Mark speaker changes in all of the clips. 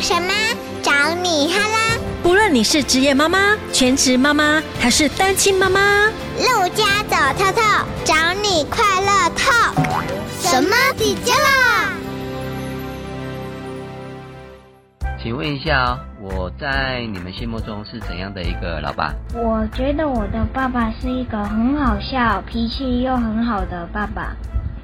Speaker 1: 什么？找你哈啦！
Speaker 2: 不论你是职业妈妈、全职妈妈，还是单亲妈妈，
Speaker 1: 陆家走透透，找你快乐透。什么底家啦？
Speaker 3: 请问一下哦，我在你们心目中是怎样的一个老爸？
Speaker 4: 我觉得我的爸爸是一个很好笑、脾气又很好的爸爸。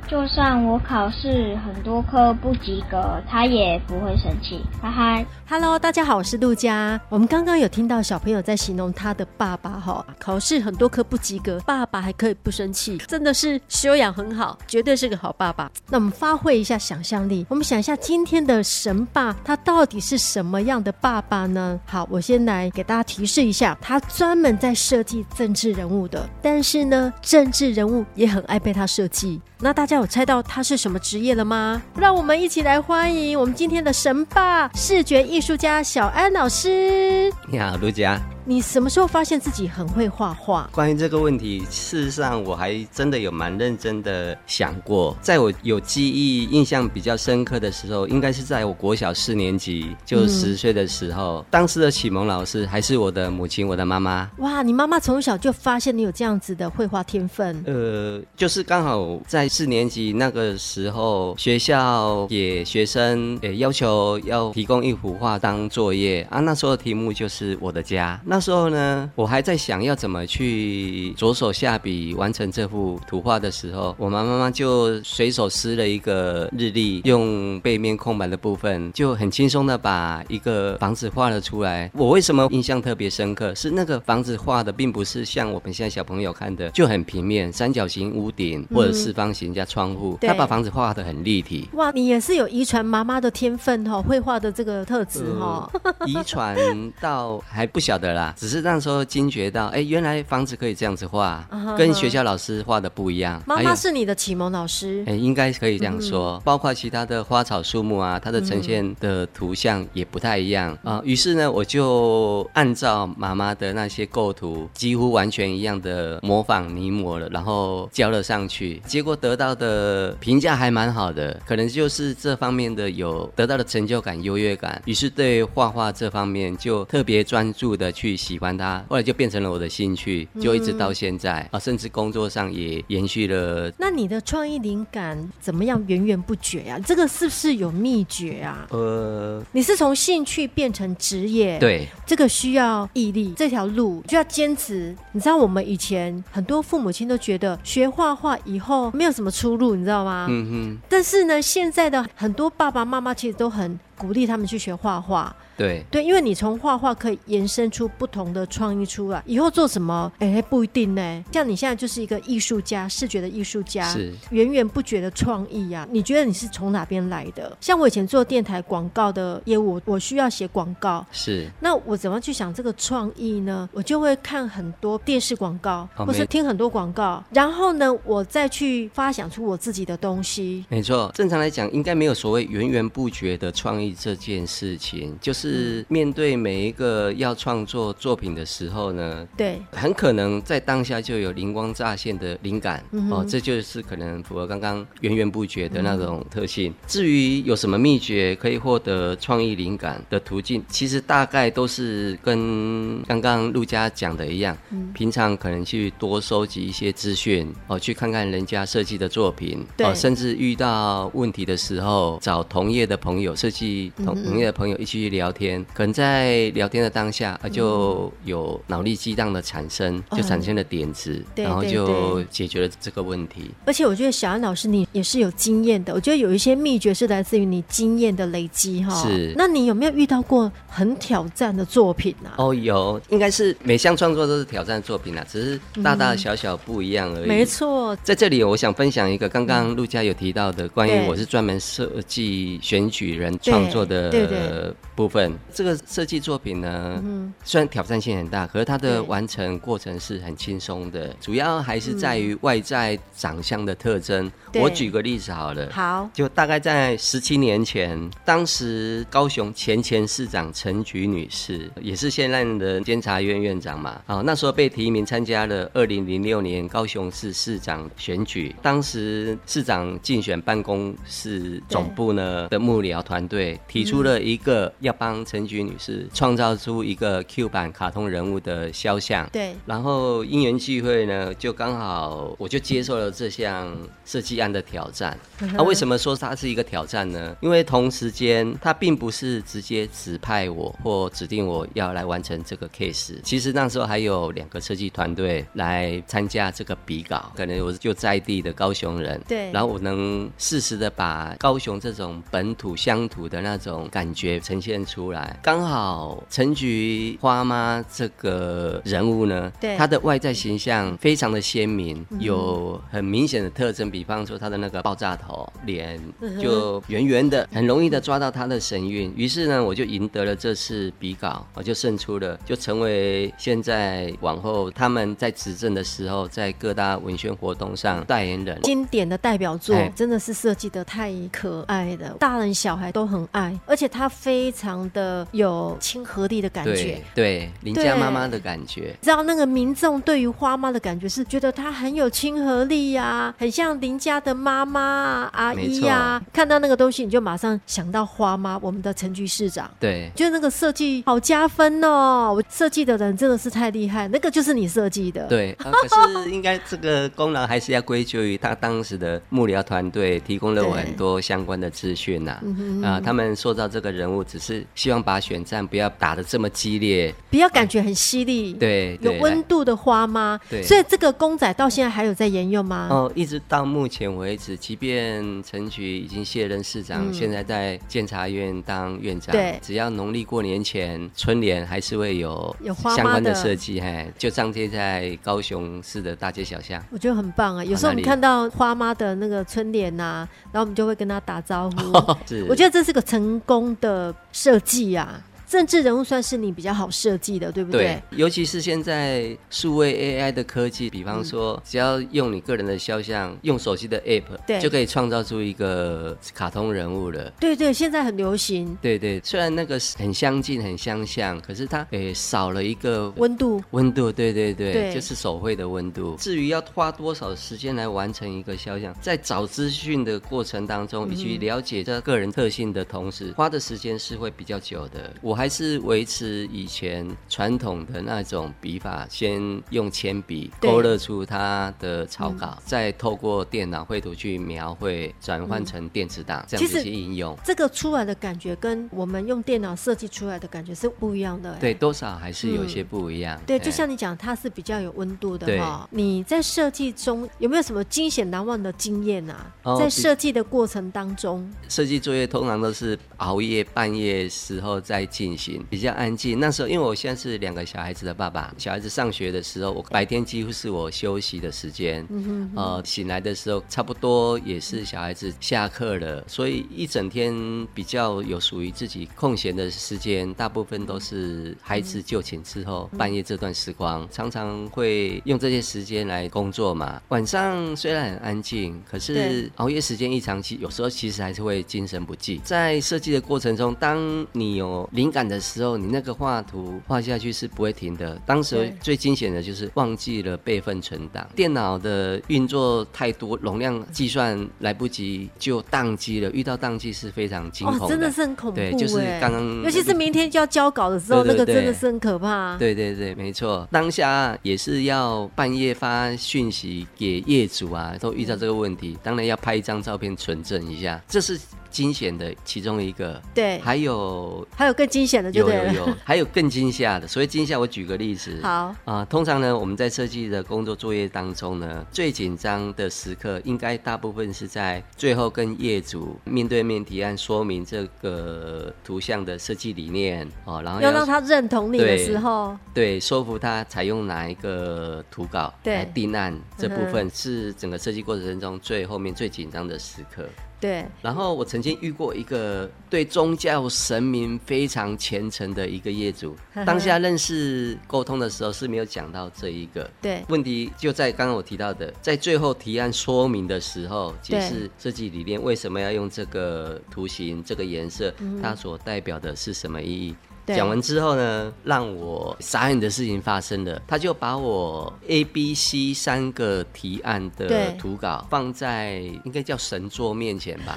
Speaker 4: 就算我考试很多科不及格，他也不会生气，哈哈。
Speaker 5: Hello，大家好，我是陆佳。我们刚刚有听到小朋友在形容他的爸爸哈，考试很多科不及格，爸爸还可以不生气，真的是修养很好，绝对是个好爸爸。那我们发挥一下想象力，我们想一下今天的神爸，他到底是什么样的爸爸呢？好，我先来给大家提示一下，他专门在设计政治人物的，但是呢，政治人物也很爱被他设计。那大家有猜到他是什么职业了吗？让我们一起来欢迎我们今天的神爸视觉艺术家小安老师。
Speaker 3: 你好，卢佳。
Speaker 5: 你什么时候发现自己很会画画？
Speaker 3: 关于这个问题，事实上我还真的有蛮认真的想过。在我有记忆、印象比较深刻的时候，应该是在我国小四年级，就十岁的时候，当时的启蒙老师还是我的母亲，我的妈妈。
Speaker 5: 哇，你妈妈从小就发现你有这样子的绘画天分，
Speaker 3: 呃，就是刚好在四年级那个时候，学校给学生也要求要提供一幅画当作业啊。那时候的题目就是我的家。那时候呢，我还在想要怎么去着手下笔完成这幅图画的时候，我妈妈妈就随手撕了一个日历，用背面空白的部分，就很轻松的把一个房子画了出来。我为什么印象特别深刻？是那个房子画的并不是像我们现在小朋友看的就很平面，三角形屋顶或者四方形加窗户，
Speaker 5: 对
Speaker 3: 他把房子画得很立体。
Speaker 5: 哇，你也是有遗传妈妈的天分哈、哦，绘画的这个特质哈、哦。
Speaker 3: 呃遗传到还不晓得啦，只是那时候惊觉到，哎，原来房子可以这样子画
Speaker 5: 啊哈，
Speaker 3: 跟学校老师画的不一样。
Speaker 5: 妈
Speaker 3: 还有
Speaker 5: 妈是你的启蒙老师
Speaker 3: 哎、，应该可以这样说，包括其他的花草树木啊，它的呈现的图像也不太一样啊。于、是呢，我就按照妈妈的那些构图，几乎完全一样的模仿临摹了，然后交了上去，结果得到的评价还蛮好的，可能就是这方面的有得到的成就感、优越感。于是对画画这方面就特别专注的去喜欢它，后来就变成了我的兴趣，就一直到现在、啊，甚至工作上也延续了
Speaker 5: 那你的创意灵感怎么样源源不绝啊？这个是不是有秘诀啊？
Speaker 3: 呃
Speaker 5: 你是从兴趣变成职业，，
Speaker 3: 对，
Speaker 5: 这个需要毅力，这条路就要坚持。你知道我们以前很多父母亲都觉得学画画以后没有什么出路，你知道吗？
Speaker 3: 嗯
Speaker 5: 但是呢，现在的很多爸爸妈妈其实都很鼓励他们去学画画，
Speaker 3: 哼，对，
Speaker 5: 对，因为你从画画可以延伸出不同的创意出来，以后做什么，哎，不一定呢。像你现在就是一个艺术家，视觉的艺术家，
Speaker 3: 是
Speaker 5: 源源不绝的创意啊。你觉得你是从哪边来的？像我以前做电台广告的业务，我需要写广告，
Speaker 3: 是，
Speaker 5: 那我怎么去想这个创意呢？我就会看很多电视广告，
Speaker 3: 哦
Speaker 5: 或是
Speaker 3: 没
Speaker 5: 听很多广告，然后呢，我再去发想出我自己的东西。
Speaker 3: 没错。正常来讲，应该没有所谓源源不绝的创意这件事情，就是面对每一个要创作作品的时候呢。
Speaker 5: 对，
Speaker 3: 很可能在当下就有灵光乍现的灵感、
Speaker 5: 嗯
Speaker 3: 哦
Speaker 5: 哼，
Speaker 3: 这就是可能符合刚刚源源不绝的那种特性。至于有什么秘诀可以获得创意灵感的途径，其实大概都是跟刚刚陆佳讲的一样，
Speaker 5: 嗯
Speaker 3: 平常可能去多收集一些资讯哦，去看看人家设计的作品，
Speaker 5: 对
Speaker 3: 哦，甚至遇到问题的时候，找同业的朋友、设计同同业的朋友一起去聊天，可能在聊天的当下啊，就有脑力激荡的产生，就产生了点子，
Speaker 5: 嗯对
Speaker 3: 然后
Speaker 5: 对
Speaker 3: 就
Speaker 5: 对
Speaker 3: 解决了这个问题。
Speaker 5: 而且我觉得小安老师你也是有经验的，我觉得有一些秘诀是来自于你经验的累积哈。
Speaker 3: 是
Speaker 5: 那你有没有遇到过很挑战的作品啊？
Speaker 3: 哦，有，应该是每项创作都是挑战作品啊啦，只是大大小小不一样而已。
Speaker 5: 嗯没错，
Speaker 3: 在这里，我想分享一个刚刚陆佳有提到的，关于
Speaker 5: 嗯对
Speaker 3: 我是专门设计选举人创作
Speaker 5: 对对嗯
Speaker 3: 的部分。这个设计作品呢，虽然挑战性很大，可是它
Speaker 5: 对
Speaker 3: 的完成过程是很轻松的，主要还是在于外在长相的特征。
Speaker 5: 嗯对
Speaker 3: 我举个例子好了。
Speaker 5: 好，
Speaker 3: 就大概在十七年前，当时高雄前前市长陈菊女士，也是现任的监察院院长嘛，啊、那时候被提名参加了二零零六年高雄市市长选举。当时市长竞选办公室总部呢的幕僚团队对，提出了一个要帮陈菊女士创造出一个 Q 版卡通人物的肖像。
Speaker 5: 对
Speaker 3: 然后因缘际会呢，就刚好我就接受了这项设计案的挑战。
Speaker 5: 嗯
Speaker 3: 那、啊为什么说它是一个挑战呢？因为同时间它并不是直接指派我或指定我要来完成这个 case。其实那时候还有两个设计团队来参加这个比稿，可能我就在地的高雄人，
Speaker 5: 对
Speaker 3: 然后我能适时的把高雄这种本土乡土的那种感觉呈现出来。刚好陈菊花妈这个人物呢，
Speaker 5: 对嗯
Speaker 3: 她的外在形象非常的鲜明，有很明显的特征，比方说她的那个爆炸头脸
Speaker 5: 嗯哼
Speaker 3: 就圆圆的，很容易的抓到她的神韵。于是呢，我就赢得了这次比稿，我就胜出了，就成为现在往后他们在执政的时候，在各大文宣活动上代言人。
Speaker 5: 经典的代表作
Speaker 3: 哎
Speaker 5: 真的是设计的太可爱了，大人小孩都很爱，而且它非常的有亲和力的感觉
Speaker 3: 对。对，邻家妈妈的感觉。
Speaker 5: 你知道那个民众对于花妈的感觉是觉得她很有亲和力呀、很像邻家的妈妈啊、阿姨呀、看到那个东西，你就马上想到花妈，我们的陈局市长。
Speaker 3: 对，
Speaker 5: 觉得那个设计好加分哦！我设计的人真的是太厉害，那个就是你设计的。
Speaker 3: 对， 呃可是应该这个功劳还是要归咎于他当时的幕僚团队提供了我
Speaker 5: 对
Speaker 3: 很多相关的资讯呐、啊。
Speaker 5: 嗯哼
Speaker 3: 他们塑造这个人物，只是希望把选战不要打得这么激烈。
Speaker 5: 比较感觉很犀利，
Speaker 3: 对
Speaker 5: 有
Speaker 3: 对
Speaker 5: 温度的花吗？
Speaker 3: 对
Speaker 5: 所以这个公仔到现在还有在沿用吗？
Speaker 3: 哦，一直到目前为止，即便陈菊已经卸任市长，现在在监察院当院长，
Speaker 5: 嗯对
Speaker 3: 只要农历过年前春联还是会有
Speaker 5: 有花妈
Speaker 3: 相关的
Speaker 5: 的
Speaker 3: 设计，嘿，就张贴在高雄市的大街小巷。
Speaker 5: 我觉得很棒啊！有时候我们
Speaker 3: 哪里
Speaker 5: 看到花妈的那个春联呐、然后我们就会跟她打招呼。
Speaker 3: 是，
Speaker 5: 哦我觉得这是个成功的设计啊！政治人物算是你比较好设计的，对不对？
Speaker 3: 尤其是现在数位 AI 的科技，比
Speaker 5: 嗯
Speaker 3: 方说，只要用你个人的肖像，用手机的 App，
Speaker 5: 对
Speaker 3: 就可以创造出一个卡通人物了。
Speaker 5: 对对，现在很流行
Speaker 3: 对对，虽然那个是很相近、很相像，可是它诶、少了一个
Speaker 5: 温度。
Speaker 3: 温度。对对对，
Speaker 5: 对
Speaker 3: 就是手绘的温度。至于要花多少时间来完成一个肖像，在找资讯的过程当中，以及了解这个人特性的同时，花的时间是会比较久的。我还是维持以前传统的那种笔法，先用铅笔
Speaker 5: 对
Speaker 3: 勾勒出它的草稿，再透过电脑绘图去描绘，转换成电子档，这样
Speaker 5: 其
Speaker 3: 子
Speaker 5: 实
Speaker 3: 去应用。
Speaker 5: 这个出来的感觉跟我们用电脑设计出来的感觉是不一样的、欸。
Speaker 3: 对，多少还是有些不一样。
Speaker 5: 对，
Speaker 3: 哎
Speaker 5: 就像你讲，它是比较有温度的
Speaker 3: 对
Speaker 5: 哈、你在设计中有没有什么惊险难忘的经验啊？
Speaker 3: 哦
Speaker 5: 在
Speaker 3: 比
Speaker 5: 设计的过程当中，
Speaker 3: 设计作业通常都是熬夜、半夜时候在进行，比较安静。那时候，因为我现在是两个小孩子的爸爸，小孩子上学的时候，我白天几乎是我休息的时间。呃，醒来的时候差不多也是小孩子下课了，所以一整天比较有属于自己空闲的时间，大部分都是孩子就寝之后，半夜这段时光，常常会用这些时间来工作嘛。晚上虽然很安静，可
Speaker 5: 对
Speaker 3: 是熬夜时间一长期，有时候其实还是会精神不济。在设计的过程中，当你有灵感的时候，你那个画图画下去是不会停的。当时
Speaker 5: 对
Speaker 3: 最惊险的就是忘记了备份存档，电脑的运作太多，容量计算来不及就宕机了。遇到宕机是非常惊恐的，
Speaker 5: 真的是很恐怖、欸。
Speaker 3: 对，就是刚刚
Speaker 5: 尤其是明天就要交稿的时候，
Speaker 3: 对对
Speaker 5: 那个真的
Speaker 3: 对
Speaker 5: 是很可怕。
Speaker 3: 对对对，没错，当下啊也是要半夜发讯息给业主啊，都遇到这个问题，当然要拍一张照片存证一下，这是惊险的其中一个。
Speaker 5: 对
Speaker 3: 还有
Speaker 5: 还有更惊险的，就
Speaker 3: 有
Speaker 5: 对
Speaker 3: 有
Speaker 5: 了。
Speaker 3: 有，还有更惊吓的。所以惊吓，我举个例子。
Speaker 5: 好
Speaker 3: 啊、通常呢，我们在设计的工作作业当中呢，最紧张的时刻，应该大部分是在最后跟业主面对面提案，说明这个图像的设计理念哦，然后
Speaker 5: 要让他认同你的
Speaker 3: 对
Speaker 5: 时候，
Speaker 3: 对，说服他采用哪一个图稿
Speaker 5: 对嗯
Speaker 3: 来定案，这部分是整个设计过程中最后面最紧张的时刻。
Speaker 5: 对，，
Speaker 3: 然后我曾经遇过一个对宗教神明非常虔诚的一个业主当下认识沟通的时候是没有讲到这一个。
Speaker 5: 对
Speaker 3: 问题就在刚刚我提到的，在最后提案说明的时候，
Speaker 5: 对
Speaker 3: 解释设计理念为什么要用这个图形、这个颜色，它所代表的是什么意义。
Speaker 5: 嗯对
Speaker 3: 讲完之后呢，让我傻眼的事情发生了，他就把我 A、B、C 三个提案的
Speaker 5: 对
Speaker 3: 图稿放在应该叫神桌面前吧，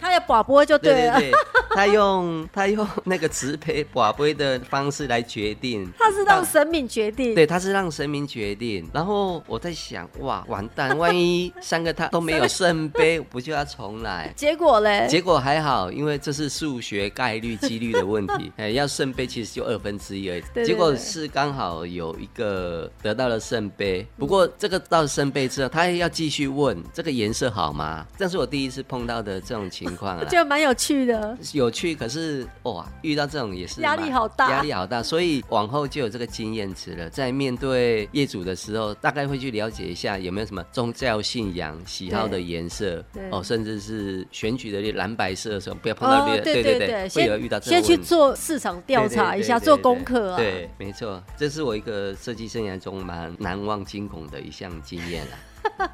Speaker 5: 他要广播就
Speaker 3: 对
Speaker 5: 了。
Speaker 3: 对对，他用他用那个慈悲寡悲的方式来 决定，
Speaker 5: 他是让神明决定，
Speaker 3: 对，他是让神明决定。然后我在想，哇，完蛋，万一三个他都没有圣杯，不就要 重来？
Speaker 5: 结果嘞，
Speaker 3: 结果还好，因为这是数学概率、几率的问 题。哎，要圣杯其实就二分之一而已。
Speaker 5: 对对
Speaker 3: 结果是刚好有一个得到了圣
Speaker 5: 嗯
Speaker 3: 杯，不过这个到了圣杯之后，他要继续问这个颜色好吗？这是我第一次碰到的这种情况啊了。
Speaker 5: 就蛮有趣的。
Speaker 3: 有趣，可是哇，遇到这种也是
Speaker 5: 压力
Speaker 3: 蛮
Speaker 5: 好大
Speaker 3: 压力好大，所以往后就有这个经验值了。在面对业主的时候，大概会去了解一下有没有什么宗教信仰、喜好的
Speaker 5: 对
Speaker 3: 颜色
Speaker 5: 对，哦
Speaker 3: 哦，甚至是选举的蓝白色的时候，不要碰到绿的，
Speaker 5: 对
Speaker 3: 对
Speaker 5: 对，
Speaker 3: 会有遇到
Speaker 5: 先
Speaker 3: 这
Speaker 5: 先
Speaker 3: 个
Speaker 5: 去
Speaker 3: 问题。
Speaker 5: 做市场调查一下，
Speaker 3: 对对对对
Speaker 5: 做功课啊。
Speaker 3: 对，没错，这是我一个设计生涯中蛮难忘惊恐的一项经验啦。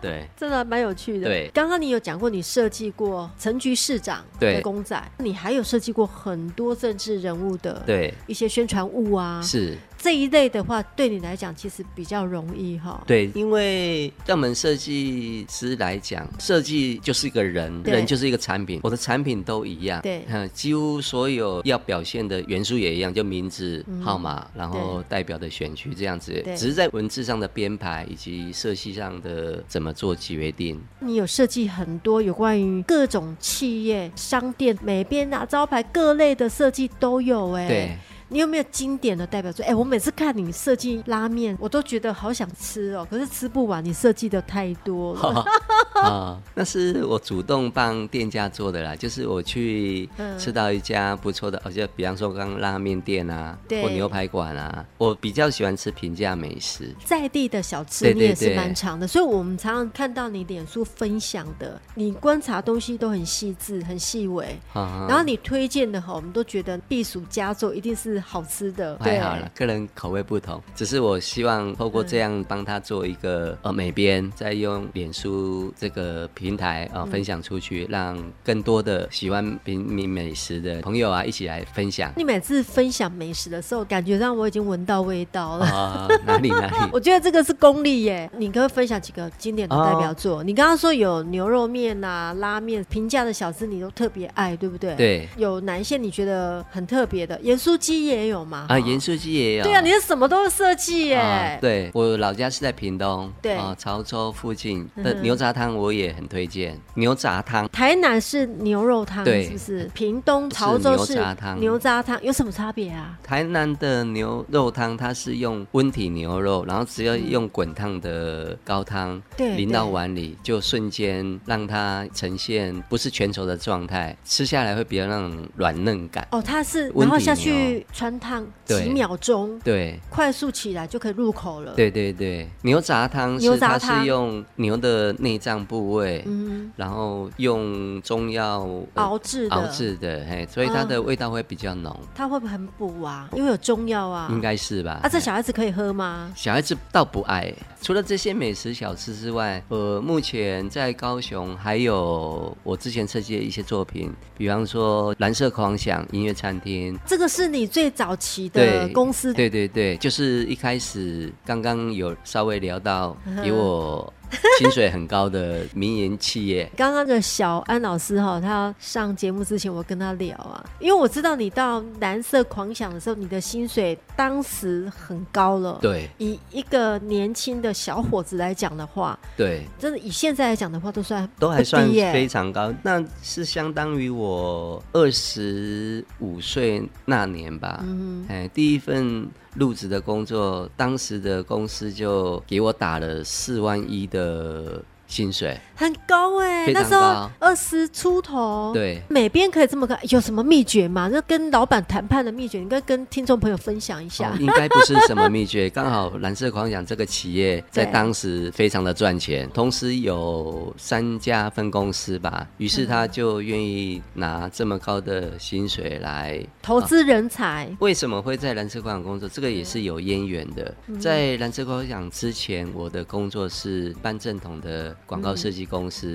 Speaker 3: 对，
Speaker 5: 真的蛮有趣的。
Speaker 3: 对
Speaker 5: 刚刚你有讲过你设计过城局市长的
Speaker 3: 对
Speaker 5: 公仔，你还有设计过很多政治人物的
Speaker 3: 对，
Speaker 5: 一些宣传物啊，
Speaker 3: 是。
Speaker 5: 这一类的话，对你来讲其实比较容易哈。
Speaker 3: 对，因为对我们设计师来讲，设计就是一个人，
Speaker 5: 对
Speaker 3: 人就是一个产品，我的产品都一样，
Speaker 5: 对
Speaker 3: 嗯，几乎所有要表现的元素也一样，就名字、号码，然后代表的选区这样子
Speaker 5: 嗯对，
Speaker 3: 只是在文字上的编排以及色系上的怎么做决定。
Speaker 5: 你有设计很多有关于各种企业、商店、每边拿招牌各类的设计都有哎、
Speaker 3: 对，
Speaker 5: 你有没有经典的代表作？哎、我每次看你设计拉面，我都觉得好想吃哦，可是吃不完，你设计的太多了。
Speaker 3: 啊、那是我主动帮店家做的啦，就是我去
Speaker 5: 嗯
Speaker 3: 吃到一家不错的，而且比方说刚刚拉面店啊，
Speaker 5: 对
Speaker 3: 或牛排馆啊，我比较喜欢吃平价美食。
Speaker 5: 在地的小吃，
Speaker 3: 对
Speaker 5: 你
Speaker 3: 对
Speaker 5: 也是
Speaker 3: 对
Speaker 5: 蛮长的，所以我们常常看到你脸书分享的，你观察东西都很细致、很细微，
Speaker 3: 啊
Speaker 5: 然后你推荐的哈，我们都觉得避暑佳作一定是好吃的，
Speaker 3: 还哎好了，个人口味不同，只是我希望透过这样帮他做一个、呃美编，再用脸书这个平台啊、呃
Speaker 5: 嗯
Speaker 3: 分享出去，让更多的喜欢平民美食的朋友啊一起来分享
Speaker 5: 你每次分享美食的时候，感觉让我已经闻到味道了。
Speaker 3: 啊、哪里哪里
Speaker 5: 嗯 我觉得这个是功力耶！你可不可以分享几个经典的代表作。
Speaker 3: 啊
Speaker 5: 你刚刚说有牛肉面呐、拉面、平价的小吃，你都特别爱，对不对？。
Speaker 3: 对
Speaker 5: 有哪一些你觉得很特别哎的？盐酥鸡也有嘛？
Speaker 3: 啊，
Speaker 5: 哈
Speaker 3: 盐酥鸡也有
Speaker 5: 哦对啊，你是什么都设计耶、
Speaker 3: 啊对我老家是在屏东，
Speaker 5: 对
Speaker 3: 啊、潮州附近的
Speaker 5: 嗯哼
Speaker 3: 牛杂汤我也很推荐，牛杂汤
Speaker 5: 台南是牛肉汤，
Speaker 3: 对
Speaker 5: 是不是？屏东、潮州是
Speaker 3: 牛杂汤
Speaker 5: 牛杂汤，有什么差别啊？
Speaker 3: 台南的牛肉汤，它是用温体牛肉，然后只要用滚烫的高汤
Speaker 5: 对
Speaker 3: 淋到
Speaker 5: 对
Speaker 3: 碗里，就瞬间让它呈现不是全熟的状态，吃下来会比较那种软嫩感。
Speaker 5: 哦，它是
Speaker 3: 温
Speaker 5: 然后
Speaker 3: 底
Speaker 5: 下
Speaker 3: 牛
Speaker 5: 去穿烫
Speaker 3: 对
Speaker 5: 几秒钟，
Speaker 3: 对
Speaker 5: 快速起来就可以入口了。，
Speaker 3: 对对对，牛杂汤
Speaker 5: 牛
Speaker 3: 是
Speaker 5: 杂
Speaker 3: 它
Speaker 5: 汤
Speaker 3: 是用牛的内脏部位，
Speaker 5: 嗯，
Speaker 3: 然后用中药呃
Speaker 5: 熬制的，啊
Speaker 3: 熬制的，嘿，所以它的味道会比较浓，
Speaker 5: 它会不会很补啊？因为有中药啊。
Speaker 3: 应该是吧？
Speaker 5: 啊，这
Speaker 3: 嘿
Speaker 5: 小孩子可以喝吗？
Speaker 3: 小孩子倒不爱。除了这些美食小吃之外，呃，目前在高雄还有我之前设计的一些作品，比方说蓝色狂想音乐餐厅。
Speaker 5: 这个是你最早期的
Speaker 3: 对
Speaker 5: 公司
Speaker 3: 对对对，就是一开始刚刚有稍微聊 到给我薪水很高的民营企业，
Speaker 5: 刚刚的小安老师哈、他上节目之前，我跟他聊啊，因为我知道你到蓝色狂想的时候，你的薪水当时很高了。，
Speaker 3: 对
Speaker 5: 以一个年轻的小伙子来讲的话，
Speaker 3: 对，
Speaker 5: 真的以现在来讲的话，都算
Speaker 3: 都还算
Speaker 5: 不低耶
Speaker 3: 非常高，那是相当于我二十五岁那年吧。嗯，哎，第一份入职的工作，当时的公司就给我打了四万一的薪水。
Speaker 5: 很高哎、
Speaker 3: 非
Speaker 5: 那
Speaker 3: 常
Speaker 5: 时候
Speaker 3: 高
Speaker 5: 二十出头。。
Speaker 3: 对，
Speaker 5: 每边可以这么高，有什么秘诀吗？那跟老板谈判的秘诀，你应该跟听众朋友分享一下。
Speaker 3: 哦应该不是什么秘诀， 刚好蓝色狂想这个企业在当时非常的赚钱，同时有三家分公司吧，于是他就愿意拿这么高的薪水来
Speaker 5: 投资人才，
Speaker 3: 为什么会在蓝色广场工作？这个也
Speaker 5: 嗯
Speaker 3: 是有渊源的。在蓝色广场之前，我的工作是办正统的广告设计公
Speaker 5: 嗯
Speaker 3: 司。。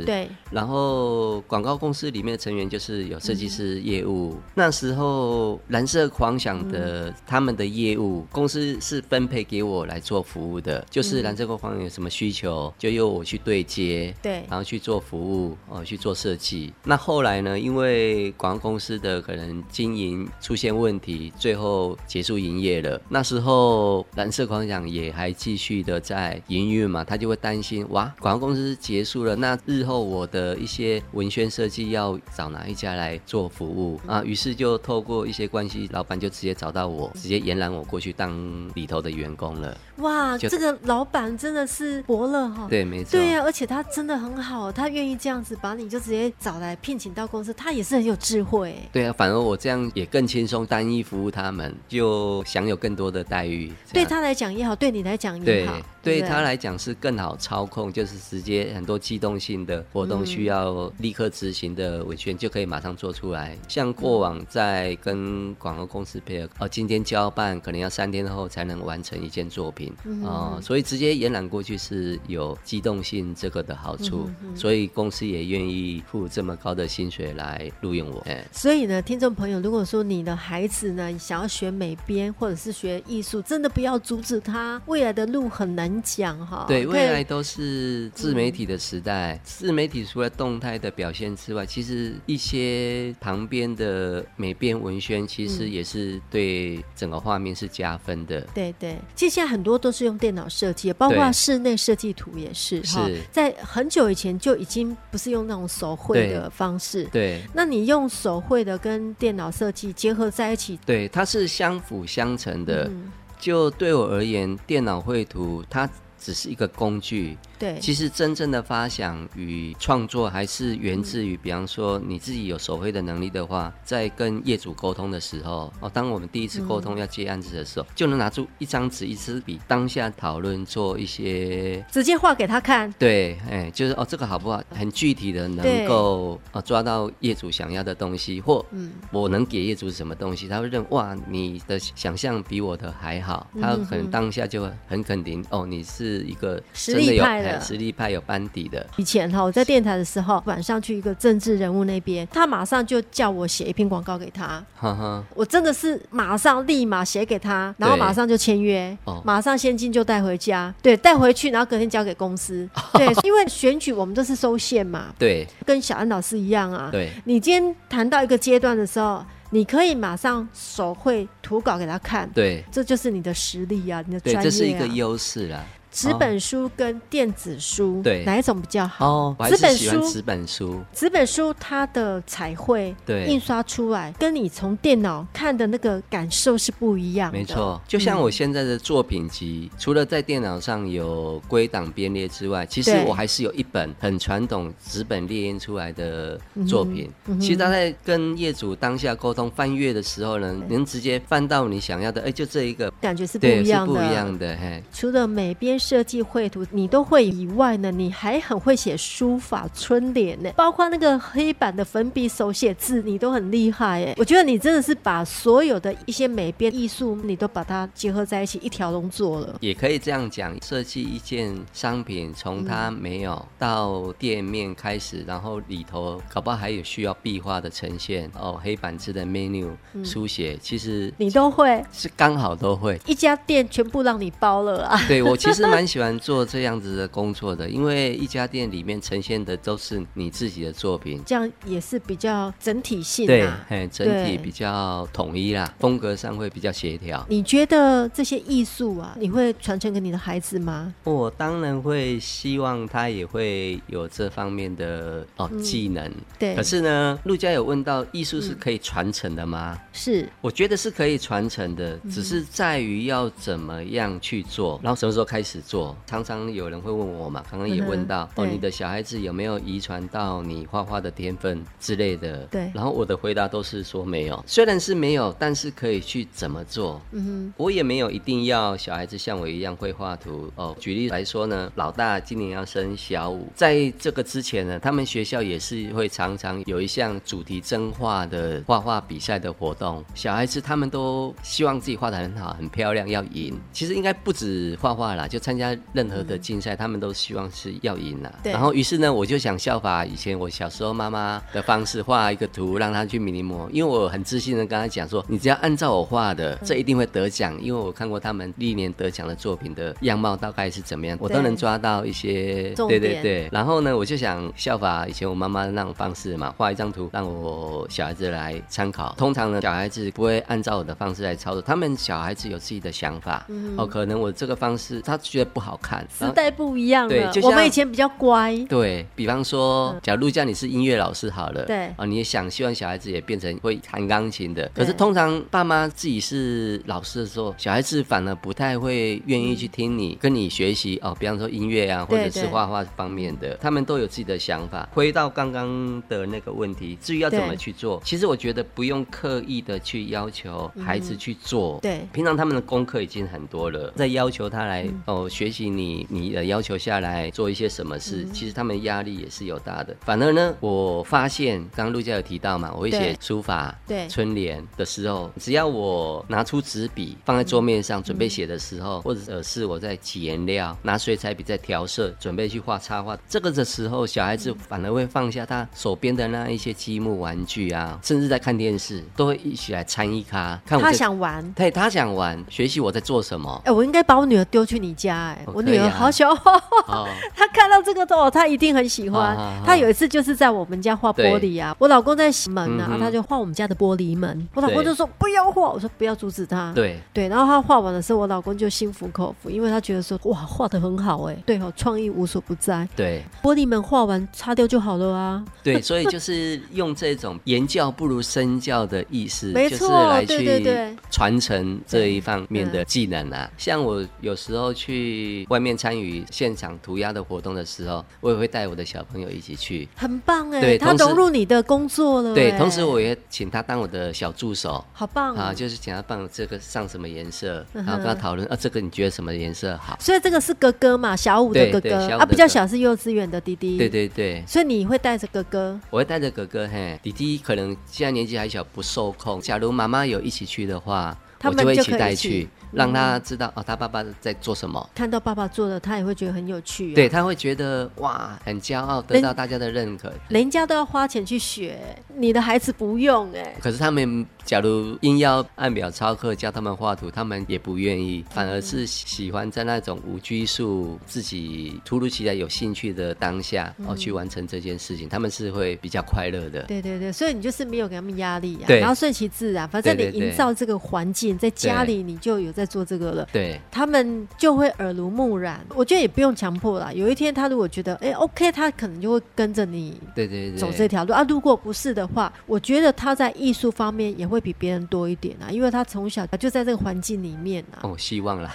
Speaker 5: 对，
Speaker 3: 然后广告公司里面的成员就是有设计师业务，
Speaker 5: 嗯
Speaker 3: 那时候蓝色狂想的、他们的业务公司是分配给我来做服务的，
Speaker 5: 嗯
Speaker 3: 就是蓝色狂想有什么需求，就由我去对接，
Speaker 5: 对
Speaker 3: 然后去做服务，哦，去做设计。那后来呢，因为广告公司的可能经营出现问题，最后结束营业了。那时候蓝色狂想也还继续的在营运嘛，他就会担心，哇，广告公司结束了，那日后我的一些文宣设计要找哪一家来做服务啊？于是就透过一些关系，老板就直接找到我，直接延揽我过去当里头的员工了。
Speaker 5: 哇，
Speaker 3: 就
Speaker 5: 这个老板真的是伯乐哈、
Speaker 3: 对，没错。
Speaker 5: 哦对啊呀、而且他真的很好，他愿意这样子把你就直接找来聘请到公司，他也是很有智慧欸。
Speaker 3: 对啊，反而我这样也更轻松，单一服务他们，就享有更多的待遇。这
Speaker 5: 对
Speaker 3: 样
Speaker 5: 他来讲也好，对你来讲也
Speaker 3: 啊对
Speaker 5: 好，
Speaker 3: 对
Speaker 5: 不
Speaker 3: 他来讲是更好操控，就是直接很多机动性的活动需要立刻执行的委宣就可以马上做出来。像过往在跟广告公司配合，哦，今天交办可能要三天后才能完成一件作品
Speaker 5: 嗯
Speaker 3: 哦，所以直接延揽过去是有机动性这个的好
Speaker 5: 嗯
Speaker 3: 处，所以公司也愿意付这么高的薪水来录用我。哎，
Speaker 5: 所以呢，听众朋友，如果说你的孩子呢想要学美编或者是学艺术，真的不要阻止他，未来的路很难讲哈。
Speaker 3: 对，
Speaker 5: 可以
Speaker 3: 未来都是自媒体的时代。自媒体除了动态的表现之外，其实一些旁边的美编文宣，其实也是对整个画面是加分的。
Speaker 5: 对对，其实现在很多都是用电脑设计，包括
Speaker 3: 对
Speaker 5: 室内设计图也是哈
Speaker 3: 是。
Speaker 5: 在很久以前就已经不是用那种手绘
Speaker 3: 对
Speaker 5: 的方式，
Speaker 3: 对。
Speaker 5: 那你用手绘的跟电脑设计结合在一起，
Speaker 3: 对，它是相辅相成的。
Speaker 5: 嗯
Speaker 3: 就对我而言，电脑绘图它只是一个工具，
Speaker 5: 对，
Speaker 3: 其实真正的发想与创作还是源自于，比方说你自己有手绘的能力的话，在跟业主沟通的时候，哦，当我们第一次沟通要接案子的时候，就能拿出一张纸、一支笔，当下讨论做一些。
Speaker 5: 直接画给他看。
Speaker 3: 对，哎，就是哦，这个好不好？很具体的，
Speaker 5: 对嗯
Speaker 3: 能够哦抓到业主想要的东西，或我能给业主什么东西，他会认为哇，你的想象比我的还好，他可能当下就很肯定哦，你是一个
Speaker 5: 实
Speaker 3: 真的
Speaker 5: 力
Speaker 3: 有
Speaker 5: 派的
Speaker 3: 哎实力派有班底的，
Speaker 5: 以前哈，我在电台的时候，晚上去一个政治人物那边，他马上就叫我写一篇广告给他，
Speaker 3: 哈哈，
Speaker 5: 我真的是马上立马写给他，然后
Speaker 3: 对
Speaker 5: 马上就签约，
Speaker 3: 哦
Speaker 5: 马上现金就带回家，对，带回去，然后隔天交给公 司。对，因为选举我们都是收现嘛，
Speaker 3: 对
Speaker 5: 跟小安老师一样啊。
Speaker 3: 对
Speaker 5: 你今天谈到一个阶段的时候，你可以马上手绘图稿给他看，
Speaker 3: 对
Speaker 5: 这就是你的实力啊，你的
Speaker 3: 对
Speaker 5: 专，业、啊。
Speaker 3: 这是一个优势啦。
Speaker 5: 纸本书跟电子书，
Speaker 3: 对
Speaker 5: 哪一种比较好？
Speaker 3: 哦，我还
Speaker 5: 纸
Speaker 3: 是
Speaker 5: 本
Speaker 3: 喜欢
Speaker 5: 书
Speaker 3: 纸本书，
Speaker 5: 纸本书它的彩绘
Speaker 3: 对
Speaker 5: 印刷出来，跟你从电脑看的那个感受是不一样的。
Speaker 3: 没，错。就像我现在的作品集，除了在电脑上有归档编列之外，其实
Speaker 5: 对
Speaker 3: 我还是有一本很传统纸本列印出来的作品。其实他在跟业主当下沟通翻阅的时候呢，能直接翻到你想要的，哎，就这一个，
Speaker 5: 感觉是不
Speaker 3: 对，
Speaker 5: 一
Speaker 3: 是
Speaker 5: 样
Speaker 3: 不
Speaker 5: 的。
Speaker 3: 一样的，嘿。
Speaker 5: 除了美编设计绘图你都会以外呢，你还很会写书法春联呢，包括那个黑板的粉笔手写字，你都很厉害哎。我觉得你真的是把所有的一些美编艺术，你都把它结合在一起，一条龙做了。
Speaker 3: 也可以这样讲，设计一件商品，从它没有到店面开始，然后里头搞不好还有需要壁画的呈现哦，黑板字的 menu 书写，其实
Speaker 5: 你都会，
Speaker 3: 是刚好都会。
Speaker 5: 一家店全部让你包了啊！
Speaker 3: 对我其实蛮喜欢做这样子的工作的，因为一家店里面呈现的都是你自己的作品，
Speaker 5: 这样也是比较整体性
Speaker 3: 对
Speaker 5: 啊，。
Speaker 3: 嘿，整
Speaker 5: 对
Speaker 3: 体比较统一啦，风格上会比较协调。
Speaker 5: 你觉得这些艺术啊，你会传承给你的孩子吗？
Speaker 3: 我当然会希望他也会有这方面的哦技能。
Speaker 5: 嗯对嗯
Speaker 3: 可是呢，陆家有问到艺术是可以传承的吗？
Speaker 5: 是
Speaker 3: 我觉得是可以传承的，
Speaker 5: 嗯
Speaker 3: 只是在于要怎么样去做，然后什么时候开始做。常常有人会问我嘛，刚刚也问到、
Speaker 5: 嗯哼
Speaker 3: 哦，
Speaker 5: 对
Speaker 3: 你的小孩子有没有遗传到你画画的天分之类的？
Speaker 5: 对
Speaker 3: 然后我的回答都是说没有，虽然是没有，但是可以去怎么做。嗯哼，我也没有一定要小孩子像我一样会画图哦。举例来说呢，老大今年要升小五，在这个之前呢，他们学校也是会常常有一项主题征画的画画比赛的活动，小孩子他们都希望自己画得很好、很漂亮，要赢。其实应该不止画画啦，就参加任何的竞赛，他们都希望是要赢啦、
Speaker 5: 对
Speaker 3: 然后于是呢，我就想效法以前我小时候妈妈的方式，画一个图让她去临摹，因为我很自信的跟她讲说，你只要按照我画的，
Speaker 5: 嗯
Speaker 3: 这一定会得奖，因为我看过他们历年得奖的作品的样貌大概是怎么样，我都
Speaker 5: 对
Speaker 3: 能抓到一些。
Speaker 5: 重
Speaker 3: 对对
Speaker 5: 点
Speaker 3: 对。然后呢，我就想效法以前我妈妈的那种方式嘛，画一张图让我小孩子来参考。通常呢，小孩子不会按照我的方式来操作，他们小孩子有自己的想法。
Speaker 5: 嗯
Speaker 3: 哦，可能我这个方式他觉得不好看。然
Speaker 5: 时
Speaker 3: 后
Speaker 5: 代不一样
Speaker 3: 啊对
Speaker 5: 了
Speaker 3: 就，像
Speaker 5: 我们以前比较乖，
Speaker 3: 对比方说，假如叫你是音乐老师好了，
Speaker 5: 嗯对
Speaker 3: 哦，你也想希望小孩子也变成会弹钢琴的，
Speaker 5: 对
Speaker 3: 可是通常爸妈自己是老师的时候，小孩子反而不太会愿意去听你、跟你学习哦，比方说音乐啊，或
Speaker 5: 对
Speaker 3: 者是
Speaker 5: 对
Speaker 3: 画画方面的，他们都有自己的想法。回到刚刚的那个问题，至于要怎么
Speaker 5: 对
Speaker 3: 去做，其实我觉得不用刻意的去要求孩子去做，
Speaker 5: 嗯对
Speaker 3: 平常他们的功课已经很多了，再要求他来、
Speaker 5: 嗯
Speaker 3: 哦学习你你的要求下来做一些什么
Speaker 5: 嗯
Speaker 3: 事，其实他们压力也是有大的。反而呢，我发现刚刚陆家有提到嘛，我会
Speaker 5: 对
Speaker 3: 写书法、
Speaker 5: 对
Speaker 3: 春联的时候，只要我拿出纸笔放在桌面上准备写的时
Speaker 5: 嗯
Speaker 3: 候，或者呃是我在挤颜料、拿水彩笔在调色，准备去画插画，这个的时候，小孩子反而会放下他手边的那一些积木玩具啊，甚至在看电视，都会一起来参与咖，看我
Speaker 5: 他
Speaker 3: 在
Speaker 5: 想玩。
Speaker 3: 对他想玩学习我在做什么
Speaker 5: 哎、。我应该把我女儿丢去你家、哎、
Speaker 3: 哦
Speaker 5: 我
Speaker 3: 可以
Speaker 5: 女儿
Speaker 3: 啊
Speaker 5: 好喜欢画画，
Speaker 3: 哦，
Speaker 5: 她看到这个哦，她一定很喜欢
Speaker 3: 啊啊啊。
Speaker 5: 她有一次就是在我们家画玻璃啊，我老公在洗门
Speaker 3: 嗯
Speaker 5: 啊，
Speaker 3: 哼
Speaker 5: 他就画我们家的玻璃门，我老公
Speaker 3: 对
Speaker 5: 就说不要画，我说不要阻止他。
Speaker 3: 对，
Speaker 5: 对，然后他画完的时候，我老公就心服口服，因为他觉得说哇，画的很好哎、对哦，创意无所不在，
Speaker 3: 对
Speaker 5: 玻璃门画完擦掉就好了啊。
Speaker 3: 对，所以就是用这种言教不如身教的意思，
Speaker 5: 没
Speaker 3: 就是
Speaker 5: 错
Speaker 3: 来
Speaker 5: 对对
Speaker 3: 去
Speaker 5: 对
Speaker 3: 传承这一方面的技能啊。像我有时候去外面参与现场涂鸦的活动的时候，我也会带我的小朋友一起去。
Speaker 5: 很棒哎、
Speaker 3: 对
Speaker 5: 他
Speaker 3: 同时
Speaker 5: 融入你的工作了、
Speaker 3: 对，
Speaker 5: 哎
Speaker 3: 同时我也请他当我的小助手。
Speaker 5: 好棒
Speaker 3: 啊，
Speaker 5: 啊！
Speaker 3: 就是请他帮我这个上什么颜色，
Speaker 5: 嗯
Speaker 3: 然
Speaker 5: 哼
Speaker 3: 后跟他讨论啊，这个你觉得什么颜色好？
Speaker 5: 所以这个是哥哥嘛，小五的
Speaker 3: 对
Speaker 5: 哥
Speaker 3: 对
Speaker 5: 哥
Speaker 3: 小五的
Speaker 5: 啊，比较
Speaker 3: 哥
Speaker 5: 小是幼稚园的弟弟。
Speaker 3: 对。对对，
Speaker 5: 所以你会带着哥哥，
Speaker 3: 我会带着哥哥，嘿，弟弟可能现在年纪还小，不受控。假如妈妈有一起去的话，
Speaker 5: 他
Speaker 3: 我
Speaker 5: 们
Speaker 3: 就会一
Speaker 5: 就
Speaker 3: 起
Speaker 5: 可以嗯
Speaker 3: 带
Speaker 5: 一起
Speaker 3: 去，让他知道、哦，他爸爸在做什么。
Speaker 5: 看到爸爸做的，他也会觉得很有趣、啊。
Speaker 3: 对，他会觉得哇，很骄傲，得
Speaker 5: 人
Speaker 3: 到大家的认可。
Speaker 5: 人家都要花钱去学，你的孩子不用哎、
Speaker 3: 可是他们假如硬要按表操课教他们画图，他们也不愿意，反而是喜欢在那种无拘束、自己突如其来有兴趣的当下
Speaker 5: 嗯
Speaker 3: 哦去完成这件事情，他们是会比较快乐的。
Speaker 5: 对对对，所以你就是没有给他们压力啊，
Speaker 3: 对
Speaker 5: 然后顺其自然，反正你
Speaker 3: 对对对
Speaker 5: 营造这个环境，在家里你就有在做这个了。
Speaker 3: 对
Speaker 5: 他们就会耳濡目染，我觉得也不用强迫啦。有一天他如果觉得，哎、o k 他可能就会跟着你
Speaker 3: 对对对，
Speaker 5: 走这条路啊。如果不是的话，我觉得他在艺术方面也会比别人多一点啊，因为他从小就在这个环境里面啊。
Speaker 3: 哦，希望啦。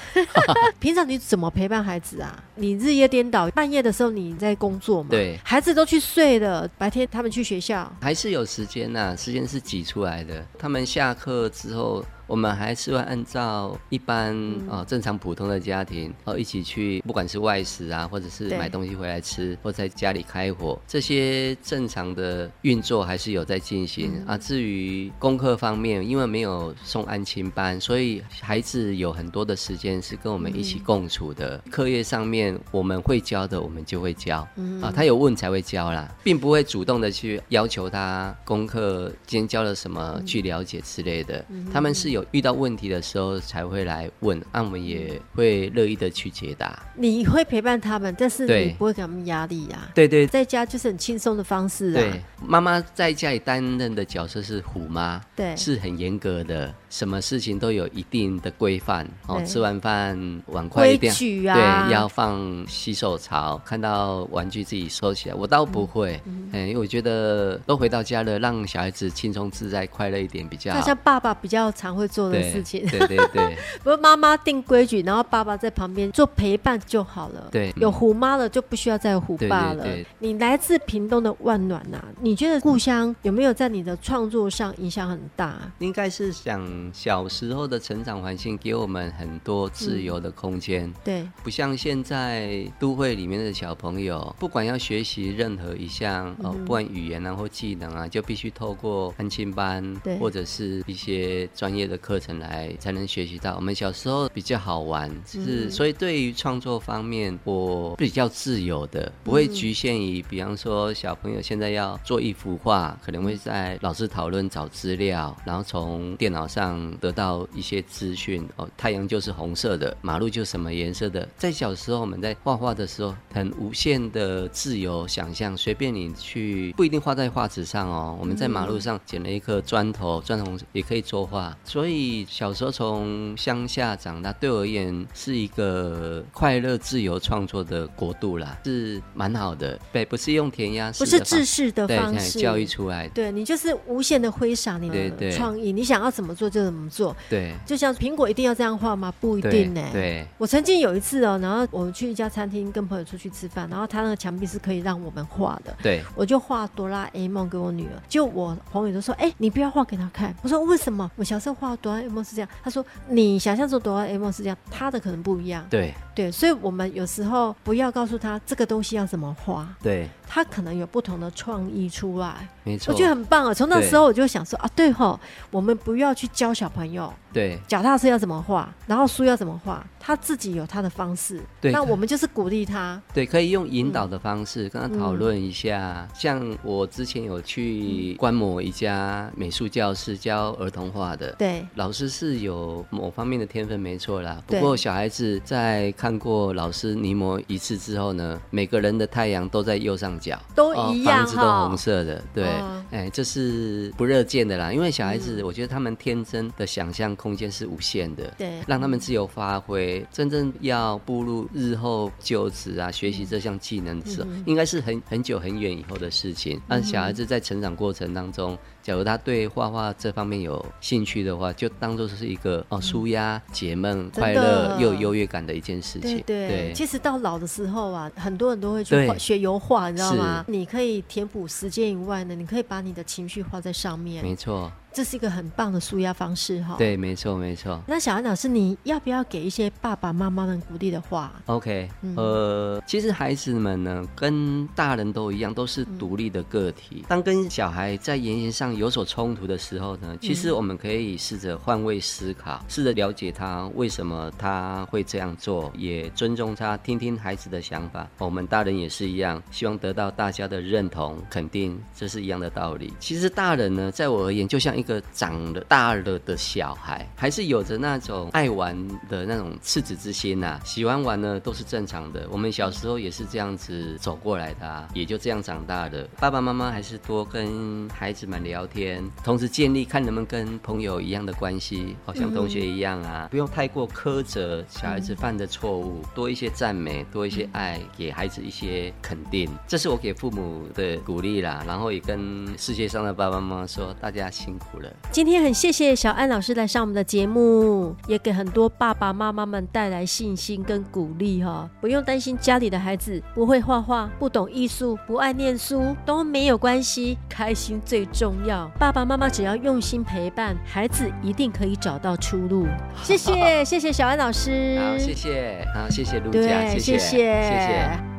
Speaker 5: 平常你怎么陪伴孩子啊？你日夜颠倒，半夜的时候你在工作嘛？
Speaker 3: 对
Speaker 5: 孩子都去睡了，白天他们去学校。
Speaker 3: 还是有时间呐、时间是挤出来的。他们下课之后，我们还是会按照一般、呃正常普通的家庭，呃一起去，不管是外食啊，或者是
Speaker 5: 对
Speaker 3: 买东西回来吃，或在家里开火，这些正常的运作还是有在进行、啊。至于功课方面，因为没有送安亲班，所以孩子有很多的时间是跟我们一起共处的。课业上面我们会教的，我们就会教。啊，他有问才会教啦，并不会主动的去要求他功课今天教了什么去了解之类的。他们是有遇到问题的时候才会来问，那、我们也会乐意的去解答。
Speaker 5: 你会陪伴他们，但是
Speaker 3: 对
Speaker 5: 你不会给他们压力呀、啊。
Speaker 3: 对对
Speaker 5: 在家就是很轻松的方式
Speaker 3: 对
Speaker 5: 啊。，
Speaker 3: 妈妈在家里担任的角色是虎妈，
Speaker 5: 对
Speaker 3: 是很严格的，什么事情都有一定的规范哦。
Speaker 5: 对
Speaker 3: 吃完饭碗筷一
Speaker 5: 规
Speaker 3: 定
Speaker 5: 矩啊
Speaker 3: 对，要放洗手槽，看到玩具自己收起来。我倒不会，嗯，因为我觉得都回到家了，让小孩子轻松自在、快乐一点比较
Speaker 5: 那
Speaker 3: 好。
Speaker 5: 像爸爸比较常会做的
Speaker 3: 对
Speaker 5: 事情，
Speaker 3: 对对对
Speaker 5: 不是妈妈定规矩，然后爸爸在旁边做陪伴就好了。
Speaker 3: 对
Speaker 5: 有虎妈了就不需要再有虎爸了。
Speaker 3: 嗯对对对
Speaker 5: 你来自屏东的万啊暖呐、你觉得故乡有没有在你的创作上影响很大？
Speaker 3: 应该是想嗯，小时候的成长环境给我们很多自
Speaker 5: 嗯
Speaker 3: 由的空间，
Speaker 5: 对，
Speaker 3: 不像现在都会里面的小朋友，不管要学习任何一项哦，不管语言啊或技能啊，就必须透过安亲班
Speaker 5: 对，
Speaker 3: 或者是一些专业的课程来才能学习到。我们小时候比较好玩，是、所以对于创作方面，我比较自由的，不会局限于，比方说小朋友现在要做一幅画，可能会在老师讨论找资料，然后从电脑上得到一些资讯。哦，太阳就是红色的，马路就是什么颜色的。在小时候我们在画画的时候，很无限的自由想象，随便你去，不一定画在画纸上哦。我们在马路上捡了一颗砖头，砖头也可以作画。所以小时候从乡下长大，对我而言是一个快乐自由创作的国度啦，是蛮好的。对，不是用填鸭式
Speaker 5: 不
Speaker 3: 的
Speaker 5: 是
Speaker 3: 方
Speaker 5: 制式的
Speaker 3: 对
Speaker 5: 方
Speaker 3: 哎
Speaker 5: 式
Speaker 3: 教育出来的。
Speaker 5: 对你就是无限的挥洒你
Speaker 3: 对
Speaker 5: 的
Speaker 3: 对
Speaker 5: 创意，你想要怎么做就怎么做。
Speaker 3: 对，
Speaker 5: 就像苹果一定要这样画吗？不一
Speaker 3: 对
Speaker 5: 定呢、
Speaker 3: 对，
Speaker 5: 我曾经有一次哦、然后我们去一家餐厅跟朋友出去吃饭，然后他那个墙壁是可以让我们画的，
Speaker 3: 对，
Speaker 5: 我就画哆啦 A 梦给我女儿，就我朋友就说：“哎、你不要画给她看。”我说：“为什么？我小时候画哆啦 A 梦是这样。”他说：“你想象中哆啦 A 梦是这样，她的可能不一样。
Speaker 3: 对，
Speaker 5: 对”所以我们有时候不要告诉她这个东西要怎么画，
Speaker 3: 对，
Speaker 5: 她可能有不同的创意出来。
Speaker 3: 没错。
Speaker 5: 我觉得很棒啊！从那
Speaker 3: 对
Speaker 5: 时候我就想说啊，对吼，我们不要去教小朋友
Speaker 3: 对，
Speaker 5: 脚踏车要怎么画，然后书要怎么画，他自己有他的方式。
Speaker 3: 对
Speaker 5: 那我们就是鼓励他。
Speaker 3: 对，可以用引
Speaker 5: 嗯
Speaker 3: 导的方式跟他讨论一下。像我之前有
Speaker 5: 嗯
Speaker 3: 去观摩一家美术教室教儿童画的。
Speaker 5: 对，
Speaker 3: 老师是有某方面的天分，没错啦。不
Speaker 5: 对
Speaker 3: 过小孩子在看过老师临摹一次之后呢，每个人的太阳都在右上角，
Speaker 5: 都
Speaker 3: 哦
Speaker 5: 一样
Speaker 3: 房子都
Speaker 5: 哈
Speaker 3: 红色的，对，
Speaker 5: 哦
Speaker 3: 哎，这是不热见的啦。因为小孩
Speaker 5: 嗯
Speaker 3: 子，我觉得他们天真的想象空间是无限的，
Speaker 5: 对
Speaker 3: 让他们自由发挥。真正要步入日后就职啊，学习这项技能的时候，
Speaker 5: 嗯
Speaker 3: 应该是很很久很远以后的事情。那小孩子在成长过程当中，假如他对画画这方面有兴趣的话，就当做是一个哦舒压、解闷、
Speaker 5: 嗯的
Speaker 3: 快乐又有优越感的一件事
Speaker 5: 对
Speaker 3: 情。
Speaker 5: 对，其实到老的时候啊，很多人都会去
Speaker 3: 对
Speaker 5: 画学油画，你知道
Speaker 3: 是
Speaker 5: 吗？你可以填补时间以外呢，你可以把你的情绪画在上面，
Speaker 3: 没错，
Speaker 5: 这是一个很棒的舒压方式哈。。
Speaker 3: 对，没错，没错。
Speaker 5: 那小安老师，你要不要给一些爸爸妈妈们鼓励的话？
Speaker 3: OK，、
Speaker 5: 嗯
Speaker 3: 呃，其实孩子们呢，跟大人都一样，都是独立的个体。当跟小孩在言行上有所冲突的时候呢，其实我们可以试着换位思考，试着了解他为什么他会这样做，也尊重他，听听孩子的想法。我们大人也是一样，希望得到大家的认同、肯定，这是一样的道理。其实大人呢，在我而言，就像一个长了大了的小孩，还是有着那种爱玩的那种赤子之心呐、喜欢玩呢都是正常的。我们小时候也是这样子走过来的、啊，也就这样长大的。爸爸妈妈还是多跟孩子们聊天，同时建立看能不能跟朋友一样的关系，好像同学一样啊，不用太过苛责小孩子犯的错误，多一些赞美，多一些爱，给孩子一些肯定。这是我给父母的鼓励啦，然后也跟世界上的爸爸妈妈说，大家辛苦了。
Speaker 5: 今天很谢谢小安老师来上我们的节目，也给很多爸爸妈妈们带来信心跟鼓励哈、不用担心家里的孩子不会画画、不懂艺术、不爱念书都没有关系，开心最重要。爸爸妈妈只要用心陪伴，孩子一定可以找到出路。谢谢，谢谢小安老师，
Speaker 3: 好，谢谢，好，谢谢陆
Speaker 5: 对
Speaker 3: 嗯家，，谢
Speaker 5: 谢
Speaker 3: 谢，谢谢。